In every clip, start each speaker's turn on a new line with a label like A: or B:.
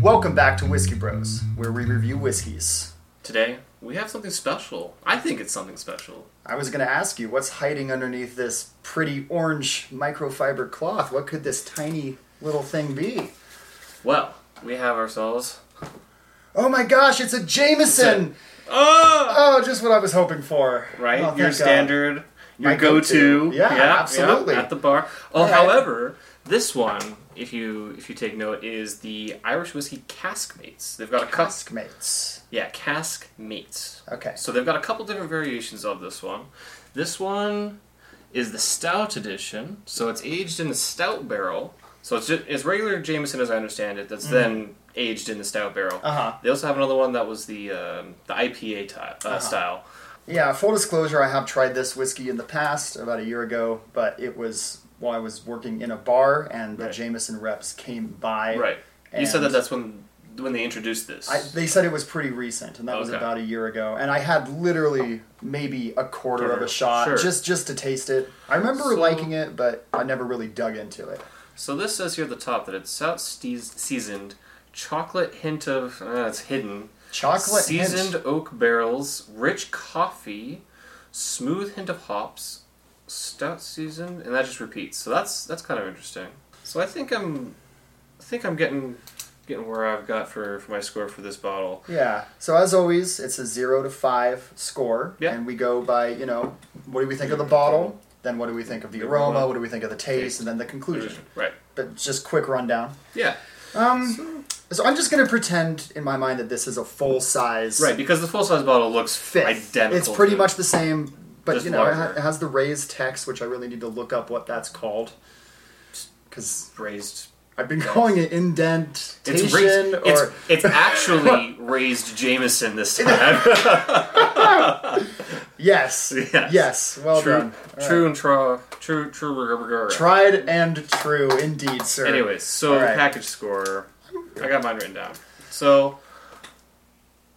A: Welcome back to Whiskey Bros, where we review whiskeys.
B: Today, we have something special. I think it's something special.
A: I was going to ask you, what's hiding underneath this pretty orange microfiber cloth? What could this tiny little thing be?
B: Well, we have ourselves.
A: Oh my gosh, it's a Jameson!
B: Oh!
A: Oh, just what I was hoping for.
B: Right?
A: Oh, thank
B: your
A: God.
B: standard, your
A: My
B: go
A: go-to.
B: to.
A: Yeah, absolutely.
B: at the bar. Oh,
A: Alright.
B: however, this one, if you if you take note, is the Irish Whiskey Cask Mates. They've got a cup.
A: Cask mates.
B: Yeah, Cask Mates.
A: Okay.
B: So they've got a couple different variations of this one. This one is the stout edition, so it's aged in the stout barrel. So it's just, it's regular Jameson, as I understand it. That's then aged in the stout barrel.
A: Mm-hmm. Uh-huh.
B: They also have another one that was the um, the IPA type, uh, style.
A: Yeah, full disclosure, I have tried this whiskey in the past, about a year ago, but it was while I was working in a bar and the
B: Right.
A: Jameson reps came by.
B: Right. you said that
A: and-
B: that's when when they introduced this.
A: I, they said it was pretty recent, and that was
B: Okay.
A: about a year ago. And I had literally maybe a quarter of a
B: Sure,
A: shot
B: sure.
A: just just to taste it. I remember
B: So-
A: liking it, but I never really dug into it.
B: so this says here at the top that it's stout steez- seasoned, chocolate hint of uh, it's hidden.
A: Chocolate hint.
B: seasoned oak barrels, rich coffee, smooth hint of hops, stout seasoned, and that just repeats. So that's that's kind of interesting. So I think I'm, I think I'm getting getting where I've got for, for my score for this bottle.
A: Yeah. So as always, it's a zero to five score,
B: Yeah.
A: and we go by you know what do we think of the bottle, then what do we think of the aroma, what do we think of the taste, and then the conclusion.
B: Right.
A: But just quick rundown.
B: Yeah.
A: Um, so I'm just gonna pretend in my mind that this is a full size.
B: Right. Because the full size bottle looks
A: fifth.
B: identical.
A: It's pretty
B: to-
A: much the same, but
B: Just
A: you know, it, ha-
B: larger.
A: it has the raised text, which I really need to look up what that's called. Because
B: raised.
A: I've been calling it indentation
B: It's raised.
A: or
B: It's, it's actually raised Jameson this time.
A: yes, yes,
B: Yes.
A: Well
B: true.
A: done.
B: True and tra. True. True.
A: Tried and true, indeed, sir.
B: Anyways, so
A: All right.
B: package score. I got mine written down. So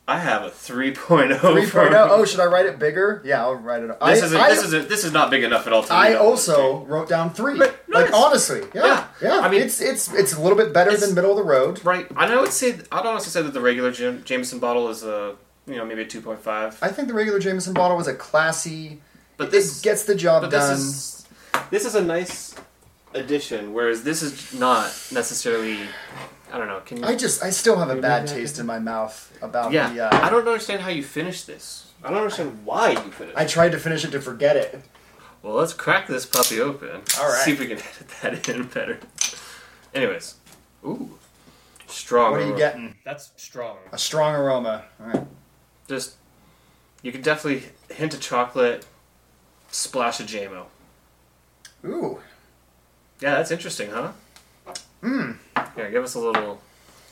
B: I have a 3.0.
A: 3.0.
B: from-
A: Oh, should I write it bigger? Yeah, I'll write it. Up.
B: This
A: I,
B: isn't
A: I,
B: this isn't this is not big enough at all. To
A: I
B: read off this
A: also
B: thing.
A: wrote down three.
B: But
A: like
B: nice.
A: honestly, yeah, yeah.
B: Yeah. I mean-
A: it's it's it's a little bit better
B: It's-
A: than middle of the road.
B: right. And I would say I'd honestly say that the regular Jam- Jameson bottle is a you know maybe a 2.5.
A: I think the regular Jameson bottle was a classy.
B: But
A: it
B: this-
A: gets the job
B: but this
A: done.
B: is this is a nice addition, whereas this is not necessarily. I don't know. Can you?
A: I just, I still have a bad taste in my mouth about
B: yeah.
A: the.
B: I
A: Uh,
B: don't understand how you finish this. I don't understand why you finished.
A: I tried to finish it to forget it.
B: Well, let's crack this puppy open.
A: All right.
B: See if we can edit that in better. Anyways, ooh, strong.
A: What are you
B: aroma.
A: getting?
B: That's strong.
A: A strong aroma. All right.
B: Just you can definitely hint of chocolate, splash of JMO.
A: Ooh,
B: Yeah, that's interesting, huh?
A: Hmm.
B: Mmm. Yeah, give us a little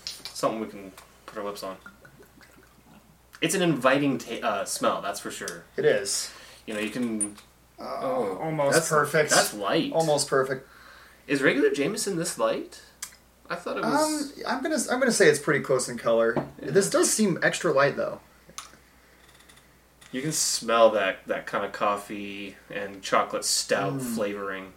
B: something we can put our lips on. It's an inviting ta- uh, smell, that's for sure.
A: it is
B: You know, you can.
A: Oh, almost
B: that's-
A: perfect.
B: That's light.
A: almost perfect.
B: Is regular Jameson this light? I thought it was.
A: Um, I'm gonna, I'm gonna say it's pretty close in color. This does seem extra light though.
B: You can smell that that kind of coffee and chocolate stout
A: Mm.
B: flavoring.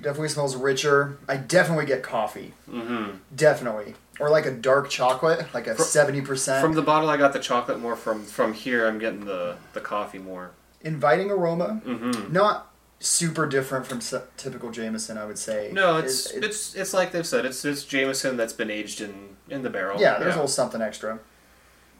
A: Definitely smells richer. I definitely get coffee. Mm-hmm. Definitely, or like a dark chocolate, like a seventy
B: From
A: percent
B: the bottle, I got the chocolate more. From from here, I'm getting the the coffee more.
A: inviting aroma.
B: Mm.
A: Mm-hmm. Not super different from s- typical Jameson, I would say.
B: No,
A: It-
B: it's
A: it-
B: it's it's, like they've said. It's it's Jameson that's been aged in in the barrel.
A: Yeah, there's a little something extra.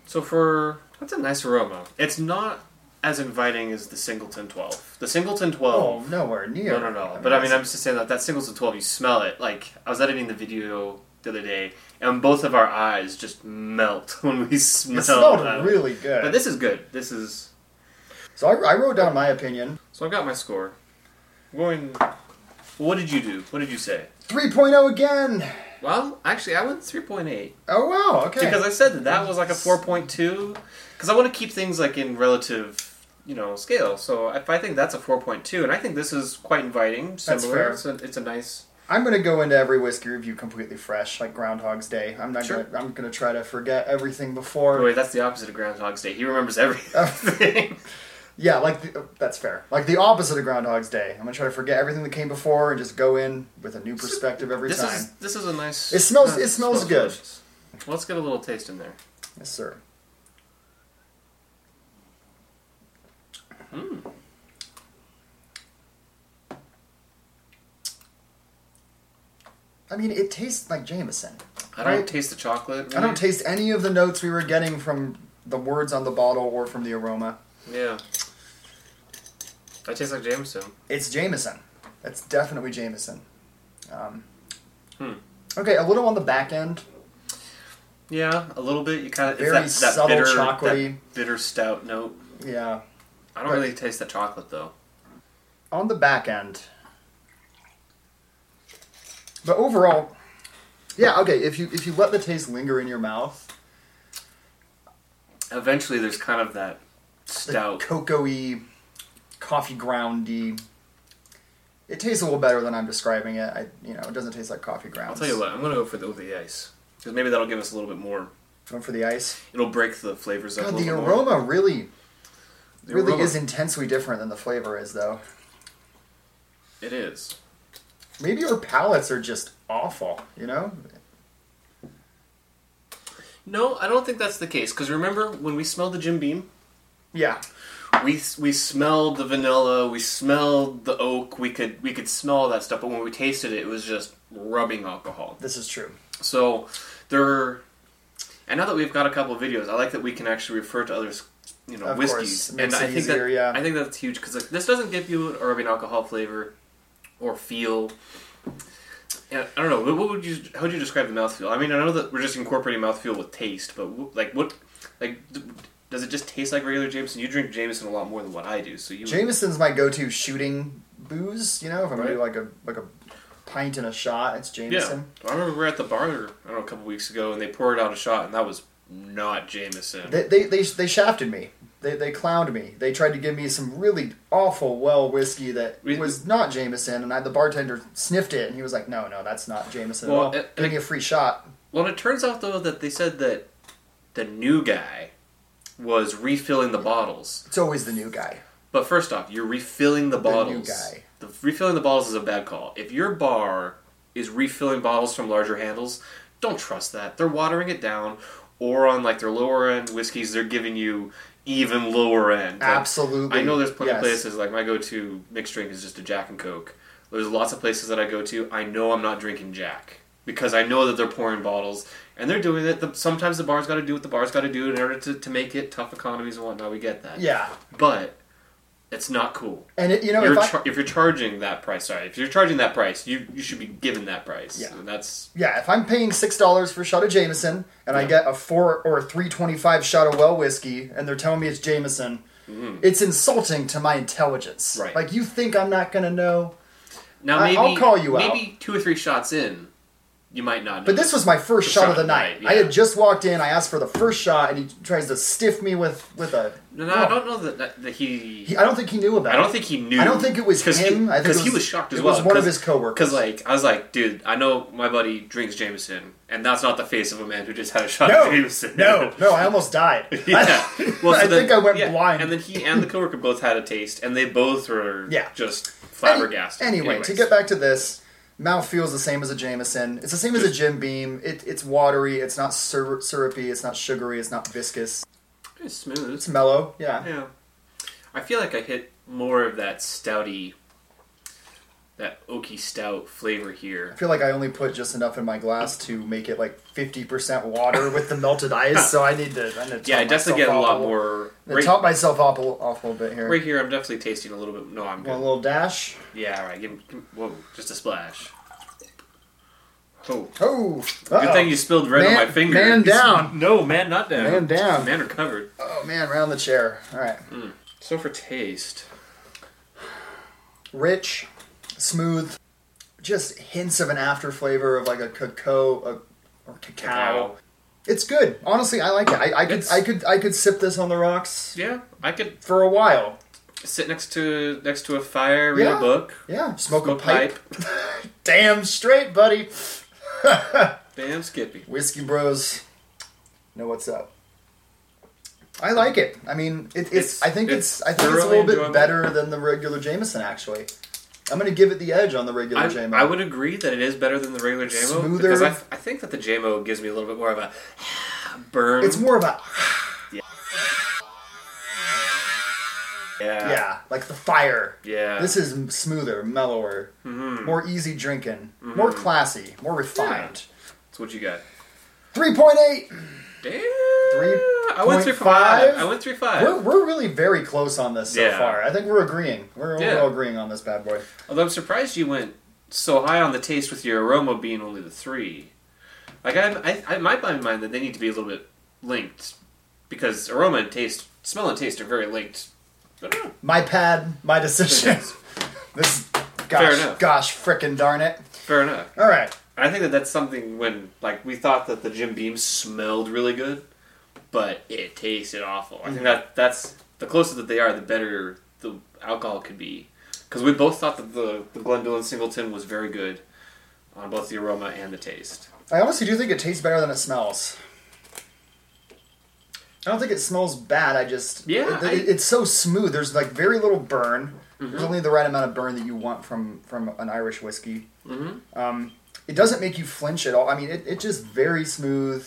B: So for that's a nice aroma. It's not as inviting as the Singleton 12. The Singleton 12.
A: Oh, nowhere near.
B: No, no, no. but I mean, I'm
A: that's-
B: just saying that that Singleton 12, you smell it. Like, I was editing the video the other day, and both of our eyes just melt when we smell
A: it smelled
B: that.
A: really good.
B: uh, But this is good. This is.
A: so I, I wrote down my opinion.
B: So I've got my score. I'm going. What did you do? What did you say?
A: 3.0 again.
B: Well, actually, I went 3.8.
A: Oh wow, okay.
B: Because I said that that was like a 4.2. Because I want to keep things like in relative, you know, scale. So if I think that's a 4.2, and I think this is quite inviting, similar.
A: fair.
B: It's, a, it's a nice.
A: I'm gonna go into every whiskey review completely fresh, like Groundhog's Day. I'm not
B: Sure.
A: gonna. I'm gonna try to forget everything
B: Oh,
A: before.
B: wait, that's the opposite of Groundhog's Day. He remembers everything.
A: Yeah, like the, uh, that's fair. Like the opposite of Groundhog's Day. I'm gonna try to forget everything that came before and just go in with a new perspective every
B: this
A: time.
B: is this is a nice.
A: It smells-
B: uh,
A: it smells good.
B: delicious. Let's get a little taste in there.
A: Yes, sir. Hmm. I mean, it tastes like Jameson.
B: I don't
A: Right.
B: taste the chocolate.
A: I don't
B: really.
A: taste any of the notes we were getting from the words on the bottle or from the aroma.
B: yeah. That tastes like Jameson.
A: It's Jameson. It's definitely Jameson. Um,
B: Hmm.
A: Okay, a little on the back end.
B: Yeah, a little bit. You kind of
A: Very
B: it's that, that
A: subtle
B: bitter,
A: chocolatey.
B: that bitter stout note.
A: Yeah.
B: I don't
A: Right.
B: really taste the chocolate though.
A: on the back end. But overall, yeah, okay. If you if you let the taste linger in your mouth,
B: Eventually, there's kind of that
A: the
B: stout.
A: cocoa-y, coffee groundy. It tastes a little better than I'm describing it. I you know it doesn't taste like coffee grounds.
B: I'll tell you what. I'm gonna go for the with the ice because maybe that'll give us a little bit more.
A: Going for the ice.
B: It'll break the flavors up a
A: God,
B: little
A: the
B: bit more.
A: aroma really
B: The
A: really
B: aroma.
A: is intensely different than the flavor is though.
B: It is.
A: Maybe our palates are just awful. You know,
B: No, I don't think that's the case. Because remember when we smelled the Jim Beam,
A: yeah.
B: we we smelled the vanilla, we smelled the oak. We could we could smell all that stuff, but when we tasted it, it was just rubbing alcohol.
A: This is true.
B: So there, and now that we've got a couple of videos, I like that we can actually refer to others, you know,
A: Of course,
B: whiskeys.
A: makes
B: and
A: it
B: I think
A: easier,
B: that
A: yeah.
B: I think that's huge because like, this doesn't give you a rubbing alcohol flavor or feel. And I don't know. What, what would you? How would you describe the mouthfeel? I mean, I know that we're just incorporating mouthfeel with taste, but wh- like what, like. d- Does it just taste like regular Jameson? You drink Jameson a lot more than what I do, so you.
A: Jameson's my go-to shooting booze. You know, if I'm gonna do
B: Right.
A: like a like a pint and a shot, it's
B: yeah,
A: Jameson.
B: I remember we were at the bar. I don't know a couple weeks ago, and they poured out a shot, and that was not Jameson.
A: They, they they they shafted me. They they clowned me. They tried to give me some really awful well whiskey that
B: We-
A: was not Jameson, and I, the bartender sniffed it, and he was like, "No, no, that's not Jameson
B: Well,
A: at all.
B: and- and
A: Give
B: it-
A: me a free shot."
B: Well, it turns out though that they said that the new guy was refilling the bottles.
A: It's always the new guy.
B: But first off, you're refilling the
A: The new
B: bottles.
A: guy.
B: The refilling the bottles is a bad call. If your bar is refilling bottles from larger handles, don't trust that. They're watering it down, or on like their lower end whiskeys, they're giving you even lower end. Like,
A: Absolutely.
B: I know there's plenty of
A: Yes.
B: places like my go-to mixed drink is just a Jack and Coke. There's lots of places that I go to. I know I'm not drinking Jack because I know that they're pouring bottles and they're doing it. The, sometimes the bar's got to do what the bar's got to do in order to, to make it tough economies and whatnot. We get that.
A: Yeah,
B: but it's not cool.
A: and it, you know if
B: you're
A: I,
B: char- if you're charging that price, sorry, if you're charging that price, you you should be given that price.
A: Yeah.
B: and that's
A: yeah, if I'm paying six dollars for a shot of Jameson and I
B: Yeah.
A: get a four or a three twenty five shot of well whiskey, and they're telling me it's Jameson, it's insulting to my intelligence.
B: Mm-hmm. Right.
A: Like you think I'm not gonna know?
B: now
A: I-
B: maybe
A: I'll call you out.
B: maybe two or three shots in, you might not.
A: But
B: know.
A: this was my first
B: The
A: shot, of
B: shot,
A: the night.
B: right,
A: I
B: yeah.
A: had just walked in. I asked for the first shot, and he tries to stiff me with with a.
B: no, no, I don't know that that, that he
A: He, I don't think he knew about.
B: I don't
A: it.
B: think he knew.
A: I don't think it was
B: Cause
A: him.
B: He,
A: I think
B: because
A: it
B: he
A: was-
B: was shocked as
A: it
B: well.
A: was one of his coworkers.
B: Because like I was like, dude, I know my buddy drinks Jameson, and that's not the face of a man who just had a shot of Jameson.
A: No, no, no! I almost died.
B: yeah. Well, so
A: I
B: then-
A: think I went
B: yeah,
A: blind.
B: And then he and the coworker both had a taste, and they both were
A: Yeah.
B: just
A: Any-
B: flabbergasted.
A: Anyway,
B: Anyways.
A: to get back to this, mouth feels the same as a Jameson. It's the same as a Jim Beam. It, it's watery. It's not syrup, syrupy. It's not sugary. It's not viscous.
B: it's smooth.
A: It's mellow. Yeah.
B: yeah, I feel like I hit more of that stouty, that oaky stout flavor here.
A: I feel like I only put just enough in my glass to make it like fifty percent water with the melted ice. So I need to. I need to
B: Yeah, I
A: top
B: definitely
A: myself
B: get a
A: off
B: lot
A: little-
B: more.
A: I
B: Right,
A: top myself off a, little- off a little bit here.
B: right here, I'm definitely tasting a little bit. No, I'm good.
A: Want a little dash?
B: Yeah, all right. Give, give, whoa, just a splash. Oh,
A: Oh,
B: good thing you spilled right on
A: Man-
B: my finger.
A: man down.
B: No, man, not down.
A: Man down.
B: Man recovered.
A: Oh man, round the chair. All right.
B: So for taste,
A: rich, smooth, just hints of an after flavor of like a cacao a, or cacao.
B: Cacao.
A: It's good. Honestly, I like it. I, I could
B: It's-
A: I could I could sip this on the rocks
B: yeah, I could
A: for a while.
B: sit next to next to a fire, read
A: Yeah.
B: a book,
A: Yeah, smoke, a pipe. Damn straight, buddy.
B: Damn Skippy.
A: Whiskey Bros know what's up. I like it. I mean, it, it's,
B: It's-
A: I think
B: it's
A: it's, I think it's a little
B: thoroughly
A: bit
B: enjoyable.
A: better than the regular Jameson actually. I'm gonna give it the edge on the regular
B: I,
A: JMO.
B: I would agree that it is better than the regular JMO
A: Smoother.
B: because I, f- I think that the JMO gives me a little bit more of a burn.
A: It's more of a
B: yeah,
A: yeah, like the fire.
B: yeah.
A: This is m- smoother, mellower,
B: Mm-hmm.
A: more easy drinking, more classy, more refined.
B: so what you got?
A: Three point eight.
B: Damn.
A: Three
B: I went
A: point
B: three five.
A: five?
B: I went three five.
A: We're, we're really very close on this so
B: Yeah.
A: far. I think we're agreeing. We're,
B: Yeah.
A: we're all agreeing on this bad boy.
B: Although I'm surprised you went so high on the taste with your aroma being only the three. Like I, I, I might buy in mind that they need to be a little bit linked because aroma and taste, smell and taste are very linked. uh, I don't know.
A: My pad, my decision. this,
B: Fair
A: gosh,
B: enough.
A: gosh, frickin' darn it.
B: Fair enough.
A: All right.
B: I think that that's something when like we thought that the Jim Beam smelled really good, but it tasted awful. I think that that's the closer that they are, the better the alcohol could be. Because we both thought that the the Glendulin Singleton was very good on both the aroma and the taste.
A: I honestly do think it tastes better than it smells. I don't think it smells bad. I just it-
B: Yeah, I- Mm-hmm.
A: it- it's so smooth. There's like very little burn. There's only the right amount of burn that you want from from an Irish whiskey.
B: Mhm.
A: Um, it doesn't make you flinch at all. I mean, it, it just very smooth,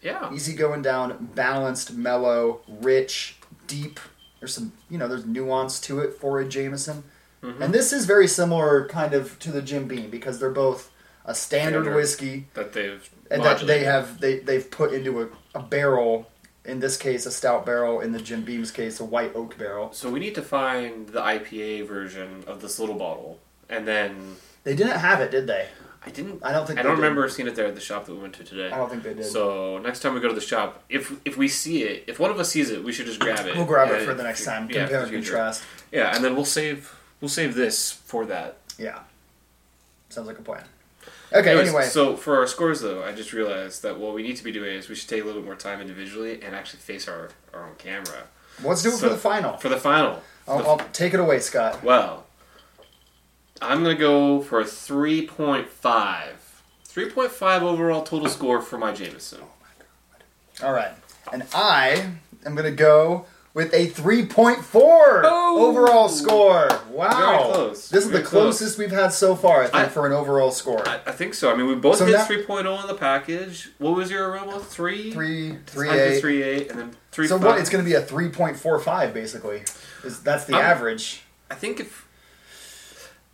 B: Yeah,
A: easy going down, balanced, mellow, rich, deep. There's some you know there's nuance to it for a Jameson,
B: Mm-hmm.
A: and this is very similar kind of to the Jim Beam because they're both a standard.
B: Standard.
A: whiskey
B: that they've
A: and that they
B: modulated.
A: have they they've put into a, a barrel in this case a stout barrel in the jim beam's case a white oak barrel
B: So we need to find the IPA version of this little bottle, and then
A: they didn't have it did they
B: I didn't.
A: i don't think
B: I
A: they
B: don't
A: did.
B: remember seeing it there at the shop that we went to today.
A: i don't think they did
B: So next time we go to the shop, if if we see it, if one of us sees it, we should just grab it.
A: we'll grab it
B: And-
A: for the next time
B: yeah,
A: compare
B: for
A: and
B: future.
A: contrast
B: Yeah, and then we'll save we'll save this for that.
A: yeah sounds like a plan okay
B: Anyways,
A: anyway
B: so for our scores though, I just realized that what we need to be doing is we should take a little bit more time individually and actually face our our own camera
A: let's do it for
B: so-
A: the final
B: for the final.
A: I'll, I'll take it away scott
B: Well, I'm gonna go for a three point five. 3.5 overall total score for my Jameson.
A: all right and i am gonna go with a 3.4
B: Oh!
A: overall score. Wow.
B: Very close.
A: This is
B: Very
A: the
B: close.
A: closest we've had so far, I think,
B: I-
A: for an overall score.
B: I, I think so. I mean, we both
A: So
B: hit
A: now-
B: 3.0 in the package. What was your aroma? Three?
A: three, three,
B: I did
A: eight.
B: three eight, and then three.
A: So
B: five.
A: what? It's going to be a three point four five basically. Is that's the
B: I'm-
A: average?
B: I think if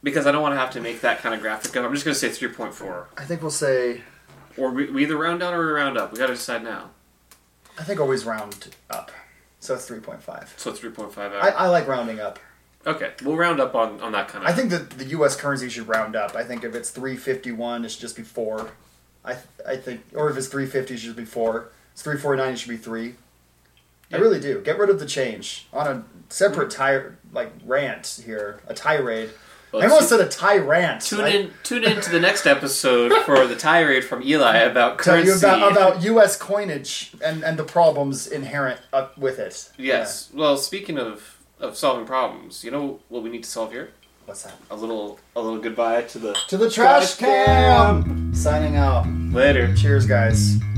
B: because I don't want to have to make that kind of graphic up, I'm just gonna say three point four.
A: I think we'll say.
B: Or we, we either round down or we round up. We gotta decide now.
A: I think always round up, so it's three point five.
B: So it's three point five
A: I,
B: out.
A: I like rounding up.
B: okay, we'll round up on on that kind of.
A: I think that the U.S. currency should round up. I think if it's three fifty one, it should just be four. I th- I think, or if it's three fifty, it should be four. It's three forty nine, it should be three. I
B: Yeah.
A: really do. Get rid of the change on a
B: Mm.
A: separate tire like rant here, a tirade.
B: Well,
A: I almost
B: tu-
A: said a tyrant.
B: Tune
A: I-
B: in, tune in to the next episode for the tirade from Eli about
A: tell
B: currency.
A: you about, about U.S. coinage and, and the problems inherent up with it.
B: yes. Well, speaking of of solving problems, you know what we need to solve here?
A: Yeah. What's that?
B: A little, a little goodbye to the
A: To the trash
B: Trash can.
A: can. Signing out.
B: later.
A: Cheers, guys.